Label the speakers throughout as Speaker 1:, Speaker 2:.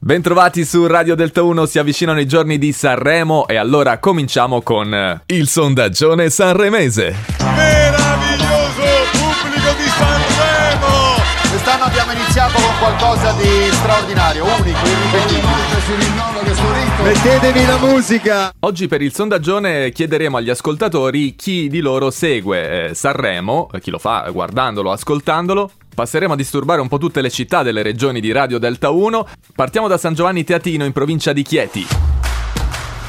Speaker 1: Bentrovati su Radio Delta 1, si avvicinano i giorni di Sanremo e allora cominciamo con eh, il sondaggione sanremese.
Speaker 2: Meraviglioso pubblico di Sanremo!
Speaker 3: Quest'anno abbiamo iniziato con qualcosa di straordinario, unico, irripetibile. Mettetevi la musica!
Speaker 1: Oggi per il sondaggione chiederemo agli ascoltatori chi di loro segue eh, Sanremo, eh, chi lo fa eh, guardandolo, ascoltandolo. Passeremo a disturbare un po' tutte le città delle regioni di Radio Delta 1. Partiamo da San Giovanni Teatino in provincia di Chieti.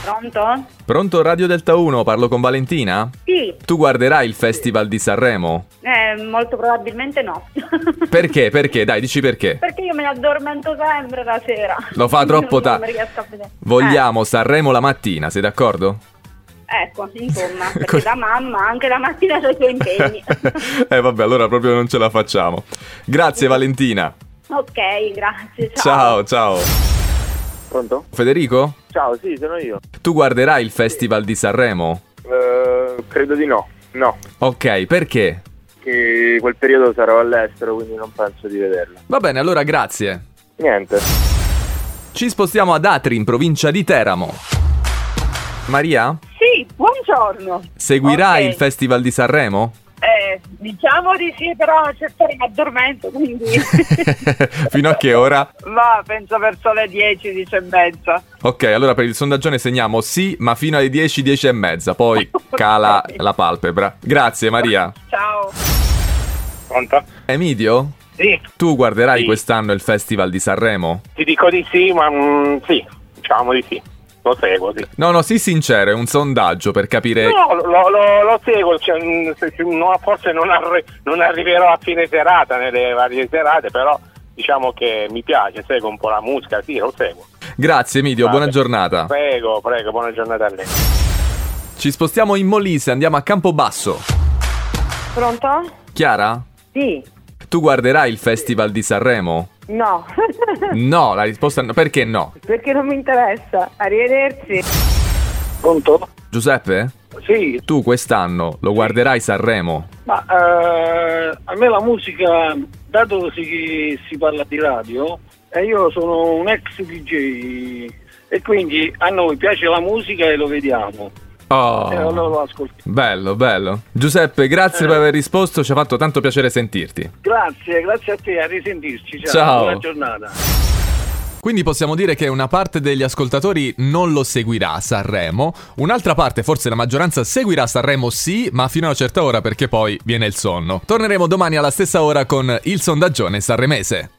Speaker 4: Pronto?
Speaker 1: Pronto Radio Delta 1, parlo con Valentina?
Speaker 4: Sì,
Speaker 1: Tu guarderai il Festival di Sanremo?
Speaker 4: eh, molto probabilmente no.
Speaker 1: Perché? Perché? Dai, dici perché.
Speaker 4: Perché io me ne addormento sempre la sera.
Speaker 1: Lo fa troppo
Speaker 4: Non
Speaker 1: tardi.
Speaker 4: riesco a vedere. Ah.
Speaker 1: Vogliamo Sanremo la mattina, sei d'accordo?
Speaker 4: Eh, ecco, insomma, perché da mamma anche la mattina ho i suoi impegni.
Speaker 1: eh vabbè, allora proprio non ce la facciamo. Grazie Valentina.
Speaker 4: ok, grazie.
Speaker 1: Ciao, ciao.
Speaker 5: Pronto?
Speaker 1: Federico?
Speaker 5: Ciao, sì, sono io.
Speaker 1: Tu guarderai il Festival di Sanremo?
Speaker 5: Eh, credo di no. No,
Speaker 1: Ok, perché?
Speaker 5: che quel periodo sarò all'estero, quindi non penso di vederlo.
Speaker 1: Va bene, allora grazie.
Speaker 5: Niente.
Speaker 1: Ci spostiamo ad Atri, in provincia di Teramo. Maria,
Speaker 4: Sì, buongiorno.
Speaker 1: seguirai
Speaker 4: Ok.
Speaker 1: il Festival di Sanremo?
Speaker 4: Eh, diciamo di sì, però a certe ore mi addormento, quindi...
Speaker 1: Fino a che ora?
Speaker 4: Ma penso verso le 10, 10 e mezza.
Speaker 1: Ok, allora per il sondaggione segniamo sì, ma fino alle 10, 10 e mezza, poi cala la palpebra. Grazie Maria.
Speaker 4: Ciao.
Speaker 6: Pronto?
Speaker 1: Emidio,
Speaker 6: Sì,
Speaker 1: tu guarderai
Speaker 6: Sì.
Speaker 1: quest'anno il Festival di Sanremo?
Speaker 6: ti dico di sì, ma mm, sì, diciamo di sì. Lo seguo, sì.
Speaker 1: No, no, sii sincero, è un sondaggio per capire...
Speaker 5: Eh.
Speaker 6: No, lo, lo- lo seguo, cioè, mm, se- se- no, forse non, arri- non arriverò a fine serata nelle varie serate, però diciamo che mi piace, seguo un po' la musica, sì, lo seguo.
Speaker 1: Grazie Emidio,
Speaker 6: Vabbè.
Speaker 1: buona
Speaker 5: Ah.
Speaker 1: giornata.
Speaker 6: Prego, prego, buona giornata a lei.
Speaker 1: Ci spostiamo in Molise, andiamo a Campobasso.
Speaker 4: Pronto?
Speaker 1: Chiara,
Speaker 4: Sì.
Speaker 1: tu guarderai il Festival di Sanremo?
Speaker 4: No,
Speaker 1: No, la risposta è no. Perché no?
Speaker 4: perché non mi interessa. Arrivederci.
Speaker 6: Pronto?
Speaker 1: Giuseppe,
Speaker 6: Sì,
Speaker 1: tu quest'anno lo guarderai Sanremo?
Speaker 7: Ma eh, a me la musica, dato che si, si parla di radio, e io sono un ex DJ e quindi a noi piace la musica e lo vediamo,
Speaker 1: Oh.
Speaker 7: e
Speaker 4: Eh,
Speaker 7: allora lo ascoltiamo.
Speaker 1: Bello, bello. Giuseppe, grazie per aver risposto, ci ha fatto tanto piacere sentirti.
Speaker 7: Grazie, grazie a te, a risentirci, ciao,
Speaker 1: Ciao.
Speaker 7: buona giornata.
Speaker 1: Quindi possiamo dire che una parte degli ascoltatori non lo seguirà a Sanremo, un'altra parte, forse la maggioranza, seguirà Sanremo sì, ma fino a una certa ora perché poi viene il sonno. Torneremo domani alla stessa ora con il sondaggione sanremese.